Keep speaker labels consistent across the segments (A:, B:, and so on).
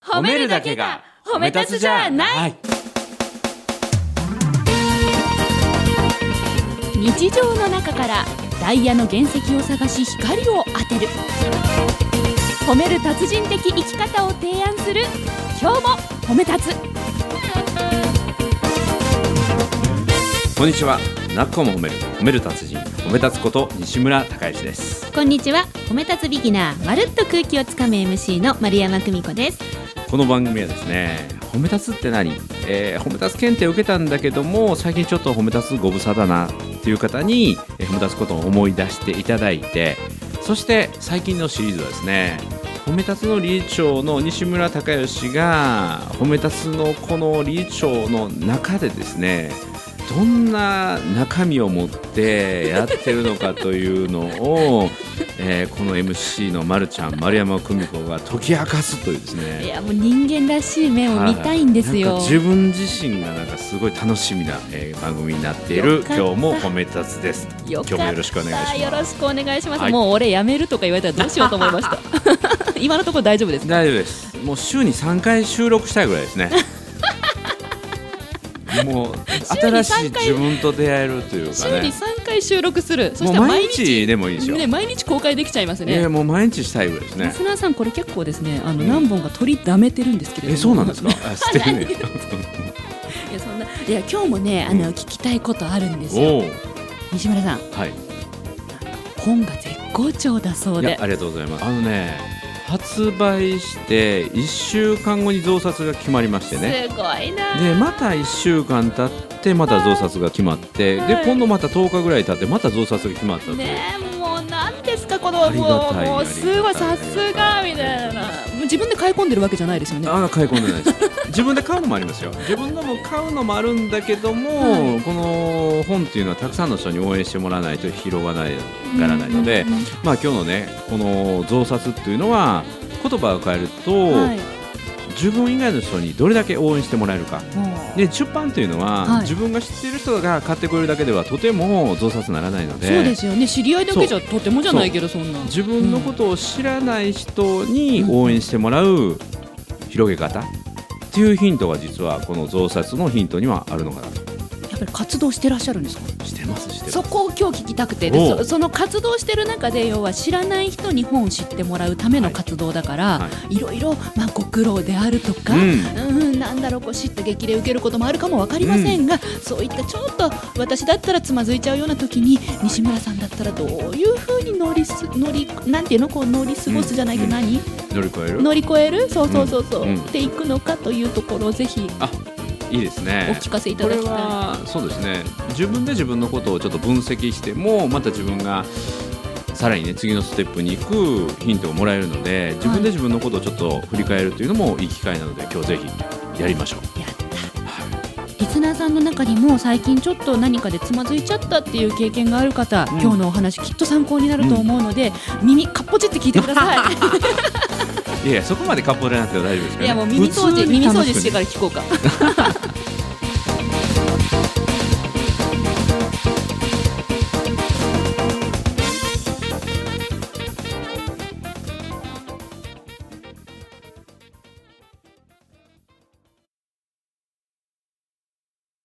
A: 褒めるだけが褒め立つじゃない
B: 日常の中からダイヤの原石を探し光を当てる褒める達人的生き方を提案する今日も褒め立つ
C: こんにちはなっこも褒める褒める達人褒め立つこと西村孝之です
B: こんにちは褒め立つビギナーまるっと空気をつかむ MC の丸山久美子です
C: この番組はですね褒め立つって何、えー褒め立つ検定を受けたんだけども最近ちょっと褒め立つご無沙汰なっていう方に、えー褒め立つことを思い出していただいてそして最近のシリーズはですね褒め立つの理事長の西村孝義が褒め立つのこの理事長の中でですねどんな中身を持ってやってるのかというのを、えーこの MC のまるちゃん丸山久美子が解き明かすというですね
B: いやもう人間らしい面を見たいんですよ、
C: はいなんか自分自身がなんかすごい楽しみな、えー番組になっている
B: よか
C: 今
B: っ
C: 日
B: た
C: も褒め立つです
B: よかった
C: 今日もよろしくお願いし
B: よ
C: ま
B: ろ
C: す
B: しくお願いします、
C: はい
B: もう俺やめるとか言われたらどうしようと思いま した今のところ大丈夫ですか
C: 大丈夫ですもう週に3回収録したいぐらいですね もう新しい自分と出会えるというか
B: 週に
C: ね
B: 3回収録するそし
C: もう
B: たら毎
C: 毎
B: 日
C: 日でもいいですよ、
B: ね、毎日公開できちゃいます
C: いや
B: ね。
C: もう毎日したいぐらいです
B: リ
C: ね
B: スナーさんこれ結構ですねあの
C: うん
B: 何本か取りだめてるんですけれども、
C: えそうなん ですかあ知ってるね
B: いやそんないや今日もねあの、聞きたいことあるんですよ
C: おお
B: 西村さん
C: はい
B: 本が絶好調だそう
C: いや
B: で
C: ありがとうございますあのね発売して1週間後に増刷が決まりましてね
B: すごいな
C: でまた1週間経ってまた増刷が決まって、
B: はい
C: で今度また10日ぐらい経ってまた増刷が決まったという、
B: ねえもうなんですかこの
C: ありが
B: もう
C: たい
B: もうすご
C: あ
B: い
C: りがた
B: さ
C: い
B: すがみたいなもう自分で買い込んでるわけじゃないですよね
C: あ買い込んでないです 自分で買うのもありますよ自分のも買うのもあるんだけども、この本っていうのはたくさんの人に応援してもらわないと広がらないからないので、
B: うんうんうん
C: まあ今日のねこの増刷っていうのは言葉を変えると、
B: はい
C: 自分以外の人にどれだけ応援してもらえるか
B: もう
C: で出版というのは、
B: はい
C: 自分が知っている人が買ってくれるだけではとても増刷ならないので
B: そうですよね知り合いだけじゃとてもじゃないけどそんな
C: 自分のことを知らない人に応援してもらう広げ方っていうヒントが実はこの増刷のヒントにはあるのかなと
B: やっぱり活動してらっしゃるんですか
C: してますしてます
B: そこを今日聞きたくてで
C: おう
B: そその活動してる中で要は知らない人に本を知ってもらうための活動だから、、
C: はい
B: ろいろ、まあ、ご苦労であるとか、
C: う
B: うんん、なんだろうこう知った激励を受けることもあるかも分かりませんが、そういったちょっと私だったらつまずいちゃうような時に西村さんだったらどういうふうに乗りす乗りなんていうのこう乗り過ごすじゃないけど
C: うん
B: 何、
C: 乗り越える
B: 乗り越えるそうそうそうそう、
C: うんうん
B: っていくのかというところをぜひ
C: いいです
B: お
C: ね
B: 聞かせいた
C: こ
B: だ
C: れ
B: きたい。
C: はそうですね自分で自分のことをちょっと分析してもまた自分がさらにね次のステップに行くヒントをもらえるので自分で自分のことをちょっと振り返るというのもいい機会なので今日ぜひやりましょう。
B: やった
C: はい
B: リスナーさんの中にも最近ちょっと何かでつまずいちゃったっていう経験がある方、
C: ん
B: 今日のお話きっと参考になると思うので、耳かっぽじって聞いてください
C: いやいやそこまでカップルなんて大丈夫ですけど、ね、
B: いやもう耳掃
C: 普
B: 除
C: 通に
B: 耳掃
C: 楽
B: 除
C: く
B: してか
C: ね
B: ら聞こうか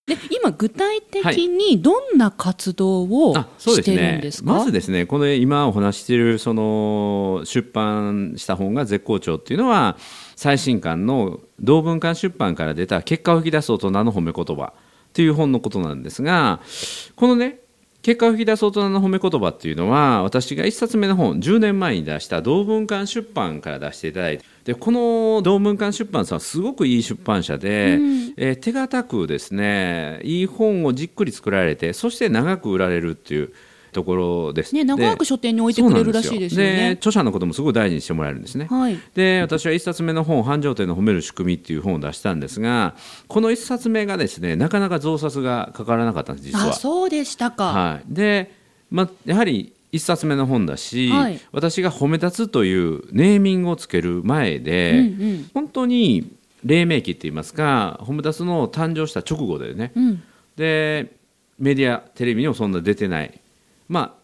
B: で今具体的にどんな活動を
C: あそうで
B: し
C: す
B: てるん
C: ね
B: ですか、
C: まずですねこの今お話ししているその出版した本が絶好調っていうのは最新刊の同文館出版から出た「結果を引き出す大人の褒め言葉」っていう本のことなんですがこのね結果を引き出す大人の褒め言葉っていうのは私が1冊目の本10年前に出した同文館出版から出していただいてでこの同文館出版さんはすごくいい出版社で、えー手堅くですねいい本をじっくり作られてそして長く売られるっていうところです
B: ね、長く
C: で
B: 書店に置いてくれるらしいですよ
C: そうなんで
B: ね。
C: 著者のこともすごい大事にしてもらえるんですね。
B: はい、
C: で私は1冊目の本「繁盛店の褒める仕組み」っていう本を出したんですがこの1冊目がですねなかなか増刷がかからなかったんです実は。
B: あそうでしたか、
C: はい、で、ま、やはり1冊目の本だし、
B: はい
C: 私が「褒め立つ」というネーミングをつける前で、
B: うんうん
C: 本当に黎明期っていいますか褒め立つの誕生した直後でね、
B: うん
C: でメディアテレビにもそんな出てないまあ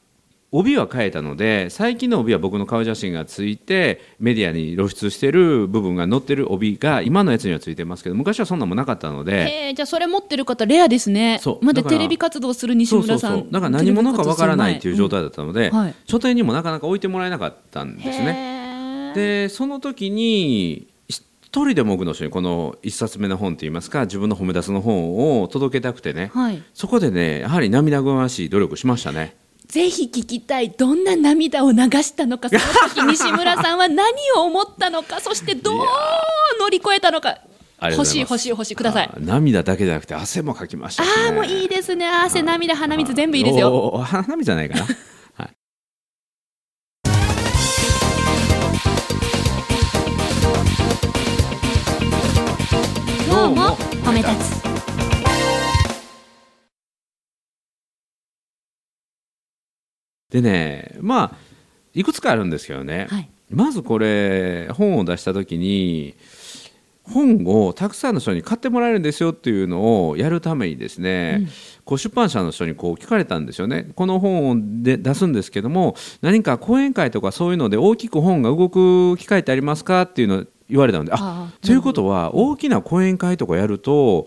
C: 帯は変えたので最近の帯は僕の顔写真がついてメディアに露出してる部分が載ってる帯が今のやつにはついてますけど昔はそんなもんなかったので。
B: えー、じゃあそれ持ってる方レアですね
C: そう
B: まだ
C: だから
B: テレビ活動する西
C: そうそ
B: 村
C: う
B: さん
C: そうだから何者かわからないという状
B: 態
C: 態だったので、
B: うんはい
C: 書店にもなかなか置いてもらえなかったんですね。
B: ね
C: でその時に一人でも多くの人にこの一冊目の本といいますか自分の褒め出すの本を届けたくてね、
B: はい、
C: そこでねやはり涙ぐましい努力しましたね。
B: ぜひ聞きたいどんな涙を流したのかその時西村さんは何を思ったの かそしてどう乗り越えたのか
C: ありがとうござい
B: 欲
C: ます
B: しい欲しい欲しいください
C: あ涙だけじゃなくて汗もかきましたし、ね、
B: ああもういいですね汗涙鼻水全部いいですよ
C: おー花見じゃないかな。はい。
A: どうも褒め立つ
C: でね、まあいくつかあるんですけどね。
B: はい
C: まずこれ本を出した時に本をたくさんの人に買ってもらえるんですよっていうのをやるためにですね、こう出版社の人にこう聞かれたんですよねこの本をで出すんですけども何か講演会とかそういうので大きく本が動く機会ってありますかっていうのを言われたのであ
B: あー
C: ということは大きな講演会とかやると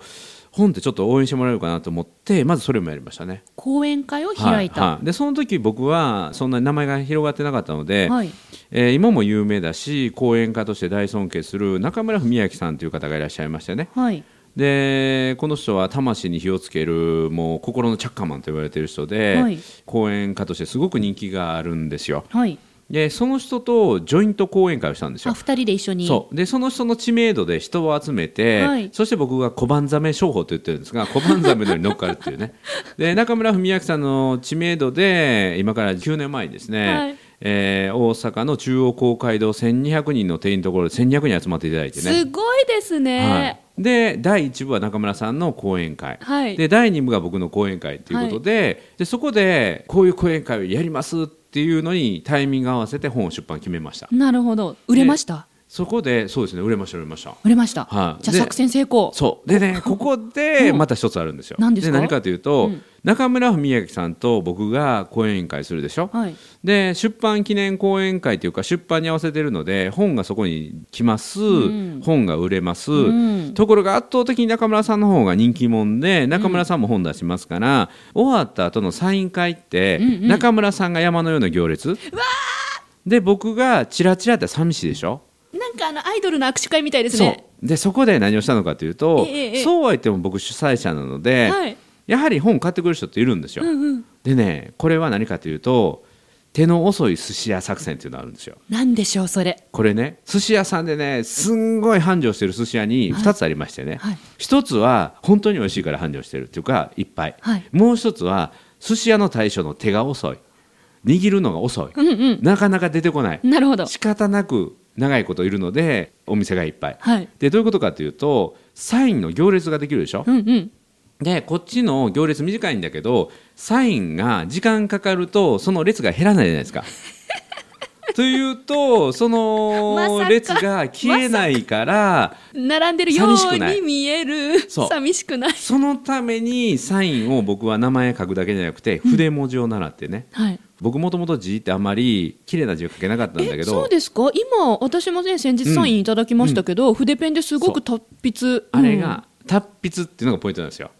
C: 本ってちょっと応援してもらえるかなと思ってまずそれもやりましたね。
B: 講演会を開いた
C: は
B: は
C: はでその時僕はそんなに名前が広がってなかったので、
B: い、
C: えー今も有名だし講演家として大尊敬する中村文明さんという方がいらっしゃいましてね
B: はい
C: でこの人は魂に火をつけるもう心のチャッカーマンと言われてる人で、
B: はい
C: 講演家としてすごく人気があるんですよ
B: はい
C: でその人とジョイント講演会をしたんです
B: あ
C: よ
B: 二人で一緒に
C: そうでその人の知名度で人を集めて、
B: はい
C: そして僕が小判ザメ商法と言ってるんですが小判ザメのように乗っかるっ ていうねで中村文明さんの知名度で今から9年前にですね、
B: はい
C: えー大阪の中央公会堂1200人の定員のところで1200人集まっていただいてね
B: すごいです
C: はい
B: ね、、
C: で第1部は中村さんの講演会、
B: はい
C: で第2部が僕の講演会ということで,、でそこでこういう講演会をやりますっていうのにタイミング合わせて本を出版決めました
B: なるほど売れました
C: そこでそうですね売れました売れました
B: 売れました、
C: はい
B: じゃあ
C: で
B: 作戦成功
C: そう でねここでまた一つあるんですよ。
B: 何ですか
C: 何かというと、
B: うん
C: 中村文明さんと僕が講演会するでしょ。
B: はい
C: で出版記念講演会というか出版に合わせてるので本がそこに来ます、
B: うん
C: 本が売れます、
B: うん
C: ところが圧倒的に中村さんの方が人気もんで中村さんも本出しますから、終わった後のサイン会って、
B: うんうん
C: 中村さんが山のような行列で僕がチラチラって寂しいでしょ。
B: なんかあのアイドルの握手会みたいです
C: そう
B: ね
C: でそこで何をしたのかというと、
B: ええええ
C: そうは言っても僕主催者なので、
B: はい
C: やはり本買ってくる人っているんですよ。
B: うんうん
C: でねこれは何かというと手の遅い寿司屋作戦っていうのがあるんですよ。
B: なんでしょうそれ
C: これね寿司屋さんでねすんごい繁盛してる寿司屋に
B: はい
C: 2つありましてね、
B: はい
C: 1つは本当に美味しいから繁盛してるっていうかいっぱい、
B: はい
C: もう1つは寿司屋の大将の手が遅い握るのが遅い、
B: うんうん
C: なかなか出てこない
B: なるほど
C: 仕方なく長いこといるのでお店がいっぱい、
B: はい
C: でどういうことかというとサインの行列ができるでしょ、
B: うんうん
C: でこっちの行列短いんだけどサインが時間かかるとその列が減らないじゃ ないですか。というとそ
B: まさ
C: の
B: か
C: 列が消えないから、
B: 並んでるよ
C: 寂し
B: う
C: くな
B: に
C: い
B: 見える
C: そう
B: 寂しくない
C: そのためにサインを僕は名前書くだけじゃなくて筆文字を習ってね、
B: はい
C: 僕もともと字ってあんまり綺麗な字を書けなかったんだけ
B: えそう
C: ど
B: ですか今私もね先日サインいただきましたけど、筆ペンですごく達筆
C: あれ
B: うん
C: が達筆っていうのがポイントなんですよ。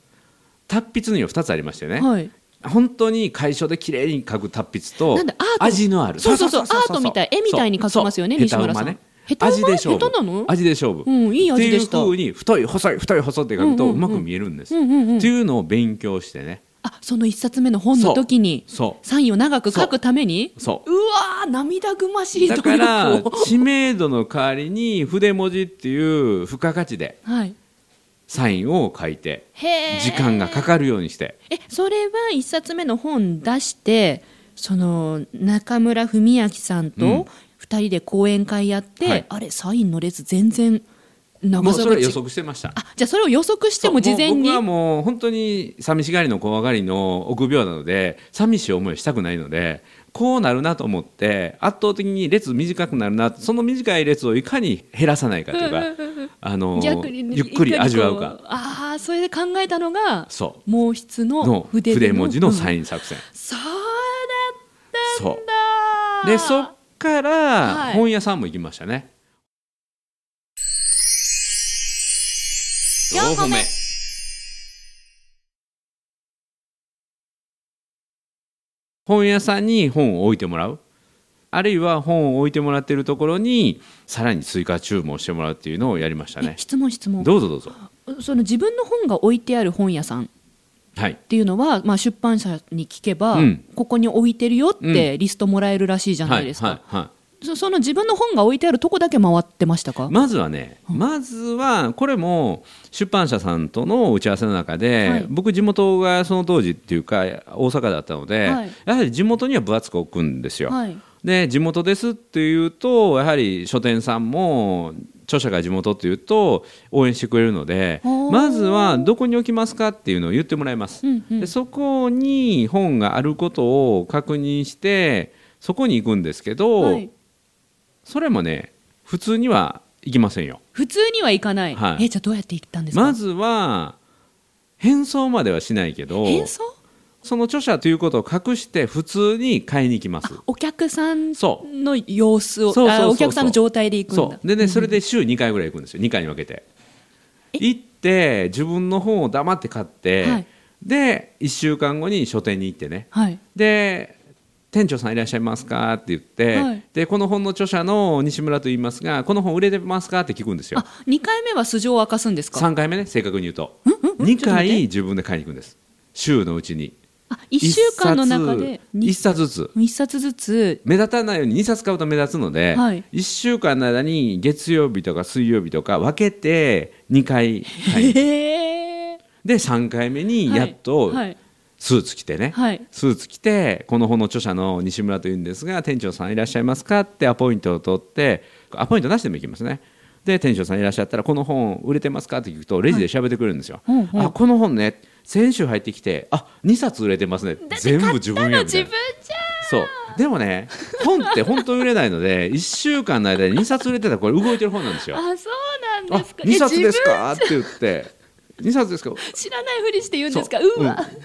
C: 達筆には2つありましてね、
B: はい
C: 本当に楷書で綺麗に書く達筆と
B: なんだアート
C: 味のある
B: そうそうそうアートみたい絵みたいに描きますよね
C: そうそう
B: 西村さん
C: 下手馬ね
B: 下手馬
C: 味で勝負
B: 下手なの
C: 味で勝負、
B: うんいい味でした
C: っていう風に太い細い太い細いって書く
B: う
C: と
B: んう
C: うん
B: うん
C: まく見えるんです、
B: うんうんうん
C: っていうのを勉強してね
B: あその一冊目の本の時に
C: そ
B: サインを長く書くために
C: うそう
B: うわー涙ぐましい努
C: だ
B: 力
C: か
B: を
C: ら知名度の代わりに筆文字っていう付加価値で
B: はい
C: サインを書いて
B: へー
C: 時間がかかるようにして
B: えそれは一冊目の本出してその中村文明さん
C: うん
B: と二人で講演会やって、
C: はい
B: あれサインの列全然長
C: もう
B: さ
C: そ
B: が
C: れ
B: 違う
C: は予測してました
B: あじゃあそれを予測しても事前
C: そう
B: に
C: もう僕はもう本当に寂しがりの怖がりの臆病なので寂しい思いをしたくないのでこうなるなと思って圧倒的に列短くなるなその短い列をいかに減らさないかというかあの
B: 逆にね
C: ゆっくり味わう
B: いに
C: か
B: こああそれで考えたのが
C: そ
B: 毛筆
C: う
B: の
C: の
B: 筆
C: 筆文字のサ
B: イン、
C: イン作戦、
B: そうだっ
C: そ
B: あ
C: う
B: ー
C: でそっから
B: はい
C: 本屋さんも行きましたね、
A: 四歩目
C: 本屋さんに本を置いてもらうあるいは本を置いてもらってるところにさらに追加注文してもらうっていうのをやりました
B: え
C: ね
B: 質問質問
C: どうぞどうぞ
B: その自分の本が置いてある本屋さんっ
C: はい
B: ていうのは、まあ、出版社に聞けば、
C: うん
B: ここに置いてるよってリストもらえるらしいじゃな
C: はいい
B: ですか、
C: はいはい
B: そその自分の本が置いてあるとこだけ回ってましたか、
C: まずはね、まずはこれも出版社さんとの打ち合わせの中で、
B: はい
C: 僕地元がその当時っていうか大阪だったので、
B: はい
C: やはり地元には分厚く置くんですよ。
B: はい
C: で地元ですっていうとやはり書店さんも著者が地元っていうと応援してくれるので
B: おー
C: まずはどこに置きますかっていうのを言ってもらいます、
B: うんうん
C: でそこに本があることを確認してそこに行くんですけど、
B: はい、
C: それもね普通には行きませんよ
B: 普通には行かない、
C: はい
B: えじゃあどうやって行ったんですか
C: まずは変装まではしないけど
B: 変装
C: その著者ということを隠して普通に買いに行きます
B: お客さん
C: そ
B: の様子を
C: そうそうそうそう
B: あお客さんの状態で行くんだ
C: そうでねそれで週2回ぐらい行くんですよ2回に分けて行って自分の本を黙って買って、
B: はい
C: で1週間後に書店に行ってね
B: はい
C: で店長さんいらっしゃいますかって言って、
B: はい
C: でこの本の著者の西村と言いますがこの本売れてますかって聞くんですよ
B: あ二回目は素性を明かすんですか
C: 3回目ね正確に言うと
B: ち
C: 2
B: ょっと待っ
C: 回
B: て
C: 自分で買いに行くんです週のうちに
B: あ一週間の中で
C: 1
B: に
C: 冊ずつ
B: 一冊ずつ
C: 目立たないように2冊買うと目立つので、
B: はい
C: 1週間の間に月曜日とか水曜日とか分けて2回 買いに行く
B: へえ
C: で3回目にやっと
B: はい
C: スーツ着てね、
B: はい
C: スーツ着てこの本の著者の西村というんですが店長さんいらっしゃいますかってアポイントを取ってアポイントなしでも行きますねで店長さんいらっしゃったらこの本売れてますかって聞くとレジで調べてくれるんですよ、
B: はいうんうん
C: あこの本ね先週入ってきてあ2冊売れてますね全部自分やみたいな
B: じ
C: そうでもね本って本当に売れないので1 週間の間に2冊売れてたらこれ動いてる本なんですよ
B: ゃあそう
C: あ
B: なんですか
C: 2冊です
B: え
C: かって言って2 冊ですか
B: 自分知らないふりして言うんですか
C: そう
B: うわ、
C: うん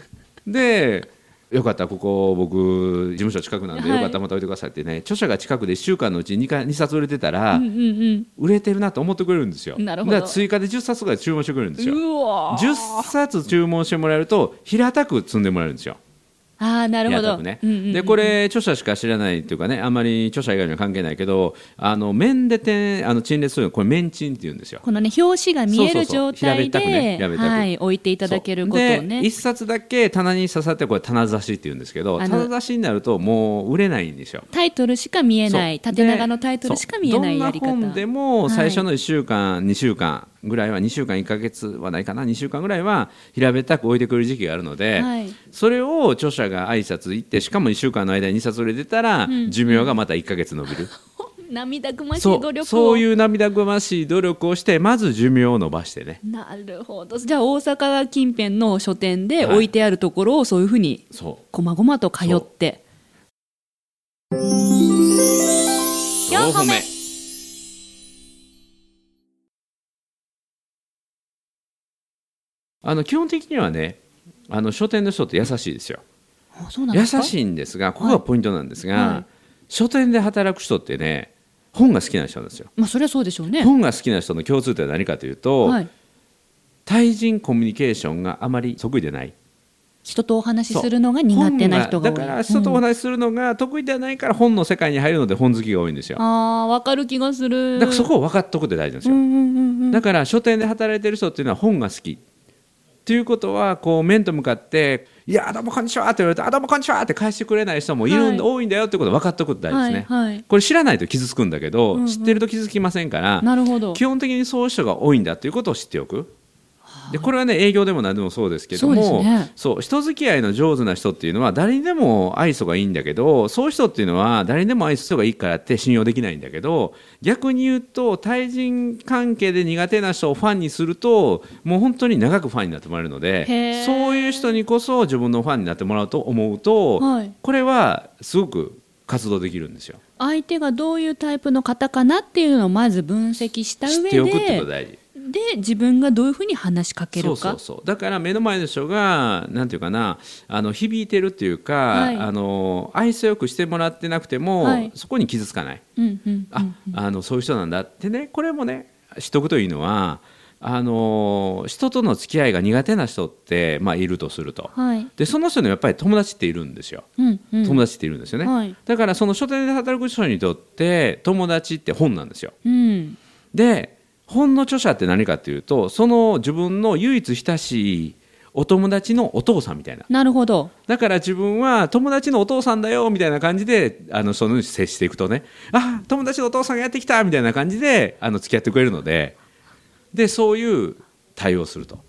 C: でよかったらここ僕事務所近くなんで、
B: はい
C: よかったらまた置いてくださいってね著者が近くで1週間のうちに 2, 回2冊売れてたら、
B: うん、うん
C: 売れてるなと思ってくれるんですよ
B: なるほど
C: だから追加で10冊ぐらい注文してくれるんです
B: う
C: よ
B: んうわー
C: 10冊注文してもらえると平たく積んでもらえるんですよ
B: ああなるほ
C: 平た
B: ど、
C: くね、
B: うんうんうん
C: でこれ著者しか知らないっていうかねあんまり著者以外には関係ないけどあの面でてあの陳列するのこれ面陳って言うんですよ
B: このね表紙が見え
C: そう
B: る
C: そうそ
B: 状
C: う
B: 態
C: 平べったくね
B: で
C: 平べったく
B: はい置いていただけることを
C: そう
B: ね
C: で1冊だけ棚に刺さってこれ棚刺しって言うんですけど
B: あの
C: 棚刺しになるともう売れないんですよ
B: タイトルしか見えない
C: そう
B: 縦長のタイトルしか見えないやり
C: そ
B: 方
C: うどんな本でも最初の1週間、2週間ぐらいは2週間1か月はないかな2週間ぐらいは平べったく置いてくる時期があるので、
B: はい
C: それを著者が挨拶行ってしかも1週間の間に2冊売れてたら、寿命がまた1か月延びる、
B: 涙ぐましい
C: そ
B: 努力
C: う
B: を
C: そういう涙ぐましい努力をしてまず寿命を伸ばしてね
B: なるほどじゃあ大阪近辺の書店で
C: はい
B: 置いてあるところをそういうふうに
C: そう
B: こまごまと通って
A: 四歩目
C: あの基本的にはねあの書店の人って優しいですよ
B: あそうなん
C: 優
B: ですか
C: しいんですがここがポイントなんですが、
B: はい
C: 書店で働く人ってね本が好きな人なんですよ
B: まあそれはそうでしょうね
C: 本が好きな人の共通点は何かというと、
B: はい
C: 対人コミュニケーションがあまり得意でない
B: 人とお話しするのが苦手な人が多い
C: 本だから人とお話しするのが得意ではないから本の世界に入るので本好きが多いんですよ
B: うんあーわかる気がする
C: だからそこを分かっとくって大事なんですよ、
B: うんうんうんうん
C: だから書店で働いてる人っていうのは本が好き。ということはこう面と向かって「いやどうもこんにちは」って言われて「あどうもこんにちは」って返してくれない人もいるん、
B: はい
C: 多いんだよってことを分かっておくって大事ですね、
B: はいはい
C: これ知らないと傷つくんだけど、
B: うんうん
C: 知ってると傷つきませんから
B: なるほど
C: 基本的にそういう人が多いんだということを知っておく。でこれはね営業でも何でもそうですけど
B: そう
C: も
B: ですね
C: そう人付き合いの上手な人っていうのは誰にでも愛想がいいんだけどそういう人っていうのは誰にでも愛想がいいからって信用できないんだけど逆に言うと対人関係で苦手な人をファンにするともう本当に長くファンになってもらえるの
B: へ
C: で
B: ー
C: そういう人にこそ自分のファンになってもらうと思うと、
B: はい
C: これはすごく活動できるんですよ。
B: 相手がどういうタイプの方かなっていうのをまず分析した上
C: 知っ
B: で
C: ておくってことが大事。
B: で自分がどういうふうに話しかける
C: そ
B: か
C: うそうそうだから目の前の人がなんていうかなあの響いてるっていうか、
B: はい
C: あの愛想よくしてもらってなくても、
B: はい
C: そこに傷つかない
B: うんうんうん
C: あ,、あのそういう人なんだってねこれもね知っとくというのはあの人との付き合いが苦手な人って、まあ、いるとすると、
B: はい
C: でその人にはやっぱり友達っているんですよ、
B: うんうん
C: 友達っているんですよね、
B: はい
C: だからその書店で働く人にとって友達って本なんですよ
B: うん
C: で本の著者って何かっていうとその自分の唯一親しいお友達のお父さんみたいな
B: なるほど
C: だから自分は友達のお父さんだよみたいな感じであのその接していくとねあ友達のお父さんがやってきたみたいな感じであの付き合ってくれるのででそういう対応をすると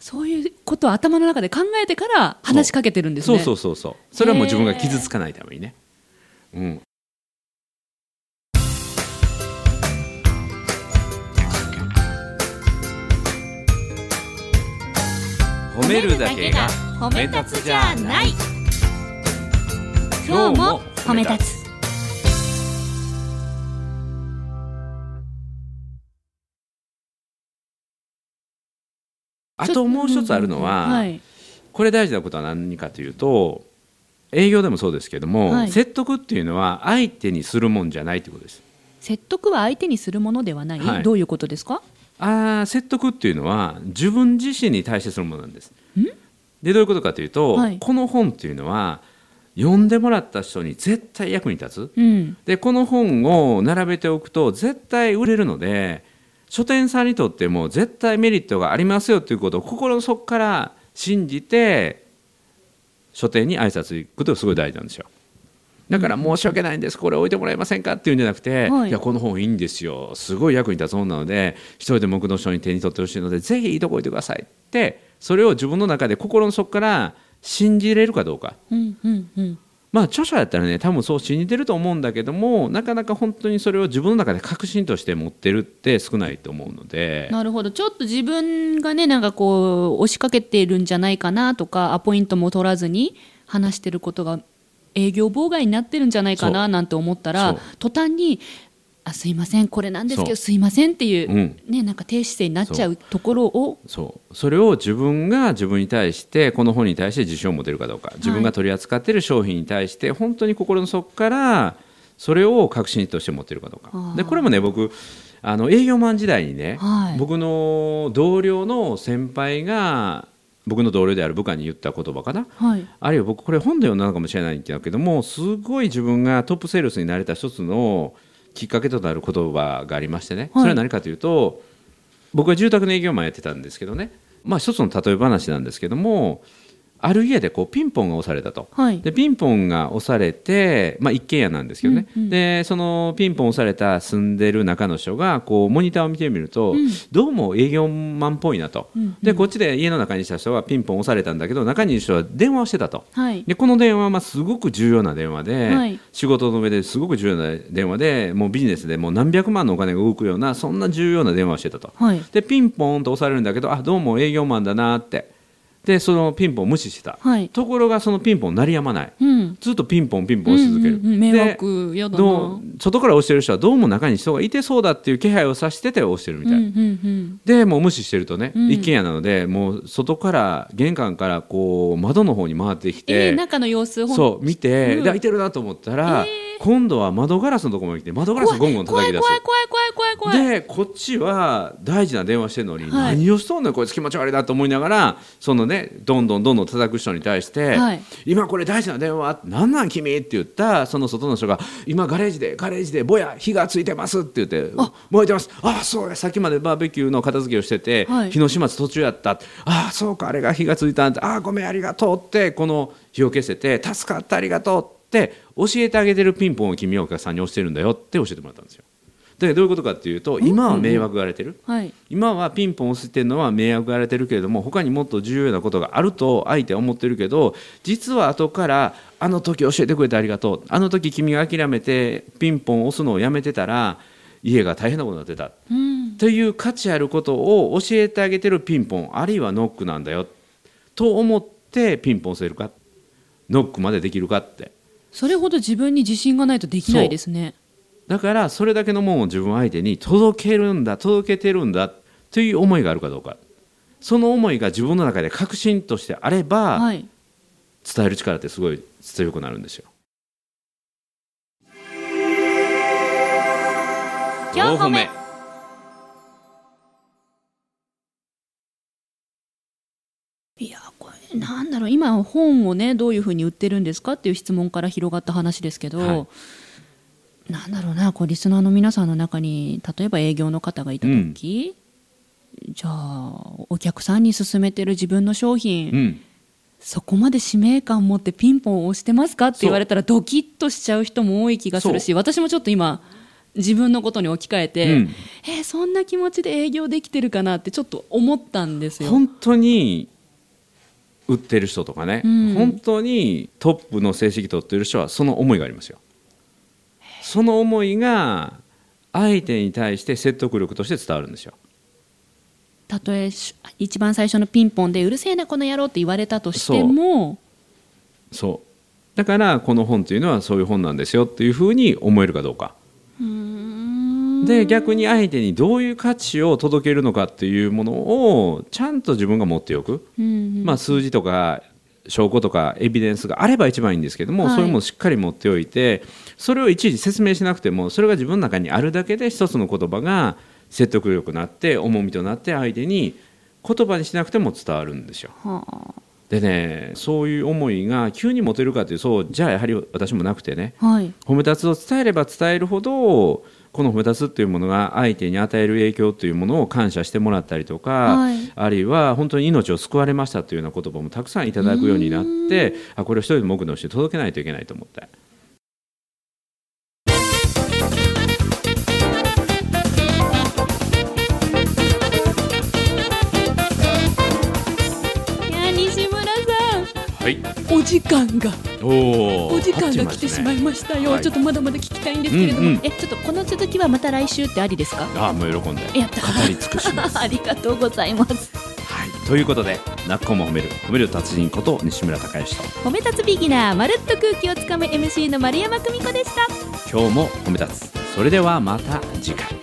B: そういうことを頭の中で考えてから話しかけてるんです
C: そう
B: ね
C: そうそうそうそれはもう自分が傷つかないためにね、うん、褒めるだけが
A: 褒め立つじゃない今
C: 今
A: 日
C: 日
A: も
C: も
A: 褒
C: 褒
A: め
C: め
A: 立
C: 立
A: つ
C: あともう一つあるのは、
B: はい
C: これ大事なことは何かというと営業でもそうですけども、
B: はい
C: 説得っていうのは相手にするもんじゃないということです
B: 説得は相手にするものではない、
C: はい
B: どういうことですか
C: あー説得っていうのは自分自身に対してするものなんです。でどういうことかというと、
B: はい
C: この本っていうのは読んでもらった人に絶対役に立つ。
B: うん
C: でこの本を並べておくと絶対売れるので書店さんにとっても絶対メリットがありますよということを心の底から信じて書店に挨拶行くことがすごい大事なんですよ。だから申し訳ないんですこれ置いてもらえませんかっていうんじゃなくて、
B: はい
C: い、やこの本いいんですよすごい役に立つ本なので一人で黙の書に手に取ってほしいのでぜひいいとこ置いてくださいってそれを自分の中で心の底から信じれるかどうか
B: うんうんうん
C: まあ著者やったらね多分そう信じてると思うんだけどもなかなか本当にそれを自分の中で確信として持ってるって少ないと思うので
B: なるほどちょっと自分がねなんかこう押しかけているんじゃないかなとかアポイントも取らずに話してることが営業妨害になってるんじゃないか
C: そ
B: ななんて思ったら
C: そう
B: 途端に「あすいませんこれなんですけ
C: そ
B: ど
C: う
B: すいません」っていう、
C: うん
B: ね、なんか低姿勢になっちゃうところを
C: そうそれを自分が自分に対してこの本に対して自信を持てるかどうか自分が取り扱っている商品に対して本当に心の底からそれを確信として持ってるかどう
B: あ
C: か
B: ー
C: でこれもね僕あの営業マン時代にね、
B: はい
C: 僕の同僚の先輩が僕の同僚である部下に言った言葉かな、
B: はい
C: あるいは僕これ本で読んだのかもしれないんだけどもすごい自分がトップセールスになれた一つのきっかけとなる言葉がありましてね、
B: はい
C: それは何かというと僕は住宅の営業マンやってたんですけどねまあ一つの例え話なんですけどもある家でこうピンポンが押されたと。
B: はい
C: でピンポンが押されて、まあ、一軒家なんですけどね、
B: うんうん
C: でそのピンポン押された住んでる中の人がこうモニターを見てみると、
B: うん
C: どうも営業マンっぽいなと、
B: うんうん
C: でこっちで家の中にした人はピンポン押されたんだけど中にいる人は電話をしてたと。
B: はい
C: でこの電話はすごく重要な電話で、
B: はい
C: 仕事の上ですごく重要な電話でもうビジネスでもう何百万のお金が動くようなそんな重要な電話をしてたと、
B: はい
C: でピンポンと押されるんだけどあどうも営業マンだなってでそのピンポンを無視してた、
B: はい
C: ところがそのピンポン鳴りやまない
B: うん
C: ずっとピンポンピンポンし続ける、
B: うんうんうん迷惑や
C: で
B: だな
C: どう外から押してる人はどうも中に人がいてそうだっていう気配を察してて押してるみ
B: うん
C: た
B: う
C: いな、
B: ん
C: でもう無視してるとね、
B: うん
C: 一軒家なのでもう外から玄関からこう窓の方に回ってき
B: え
C: て、
B: ー中の様子ほん
C: そう見て、
B: うん
C: で開いてるなと思ったら、今度は窓ガラスのところまで来て窓ガラスをゴンゴン
B: 怖
C: 叩
B: い
C: き出す
B: 怖い怖い怖い怖い怖い
C: でこっちは大事な電話してるのに、
B: はい
C: 何をしとんのよこいつ気持ち悪いなと思いながらそのねどんどんどんどん叩く人に対して、
B: はい
C: 今これ大事な電話なんなん君って言ったその外の人が今ガレージでガレージでぼや火がついてますって言って燃えてますああそうやさっきまでバーベキューの片付けをしてて、
B: はい
C: 火の始末途中やったああそうかあれが火がついたんだああごめんありがとうってこの火を消せて助かったありがとうって教えてあげてるピンポンを君はお客さんに押してるんだよって教えてもらったんですよ。でどういうことかっていうと今は迷惑が荒れてる、
B: はい
C: 今はピンポン押してるのは迷惑が荒れてるけれども他にもっと重要なことがあると相手は思ってるけど実は後から「あの時教えてくれてありがとう」「あの時君が諦めてピンポン押すのをやめてたら家が大変なことになってた」
B: うん
C: という価値あることを教えてあげてるピンポンあるいはノックなんだよと思ってピンポン押せるかノックまでできるかって
B: それほど自分に自信がないとできないですね。
C: だからそれだけのもんを自分相手に届けるんだ届けてるんだという思いがあるかどうかその思いが自分の中で確信としてあれば、
B: はい
C: 伝える力ってすごい強くなるんですよ。
A: 4歩目
B: いやこれなんだろう今本をねどういうふうに売ってるんですかっていう質問から広がった話ですけど、
C: は
B: なんだろうなこうリスナーの皆さんの中に例えば営業の方がいた時、じゃあお客さんに勧めてる自分の商品、
C: うん、
B: そこまで使命感持ってピンポン押してますかって言われたらドキッとしちゃう人も多い気がする
C: そ
B: し私もちょっと今自分のことに置き換えて、
C: うん
B: えーそんな気持ちで営業できてるかなってちょっと思ったんですよ。
C: 本当に売ってる人とかね、
B: うん
C: 本当にトップの成績取ってる人はその思いがありますよ。その思いが相手に対して説得力として伝わるんですよ。
B: たとえし一番最初のピンポンでうるせえなこの野郎って言われたとしても
C: そうだからこの本というのはそういう本なんですよっていうふうに思えるかどうか。で逆に相手にどういう価値を届けるのかっていうものをちゃんと自分が持っておく、
B: うん
C: まあ、数字とか証拠とかエビデンスがあれば一番いいんですけども、
B: はい
C: そういうものをしっかり持っておいてそれをいちいち説明しなくてもそれが自分の中にあるだけで一つの言葉が説得力になって重みとなって相手に言葉にしなくても伝わるんですよ。
B: は
C: でねそういう思いが急に持てるかというそうじゃあやはり私もなくてね
B: あはい
C: 褒め立つを伝えれば伝えるほどこの褒め立つというものが相手に与える影響というものを感謝してもらったりとか、
B: はい
C: あるいは本当に命を救われましたというような言葉もたくさんいただくようになってあこれを一人でも多くの人に届けないといけないと思って
B: いや西村さ
C: はい
B: んお時間が
C: お
B: お時間が来てしまいましたよ、
C: はい
B: ちょっとまだまだ聞きたいんですけれども、
C: うんうん
B: えちょっとこの続きはまた来週ってありです か
C: ああもう喜んで
B: やった
C: 語り尽くします
B: ありがとうございます
C: はいということで「なっこも褒める褒める達人」こと西村孝之と
B: 褒め立つビギナーまるっと空気をつかむ MC の丸山久美子でした
C: 今日も褒め立つそれではまた次回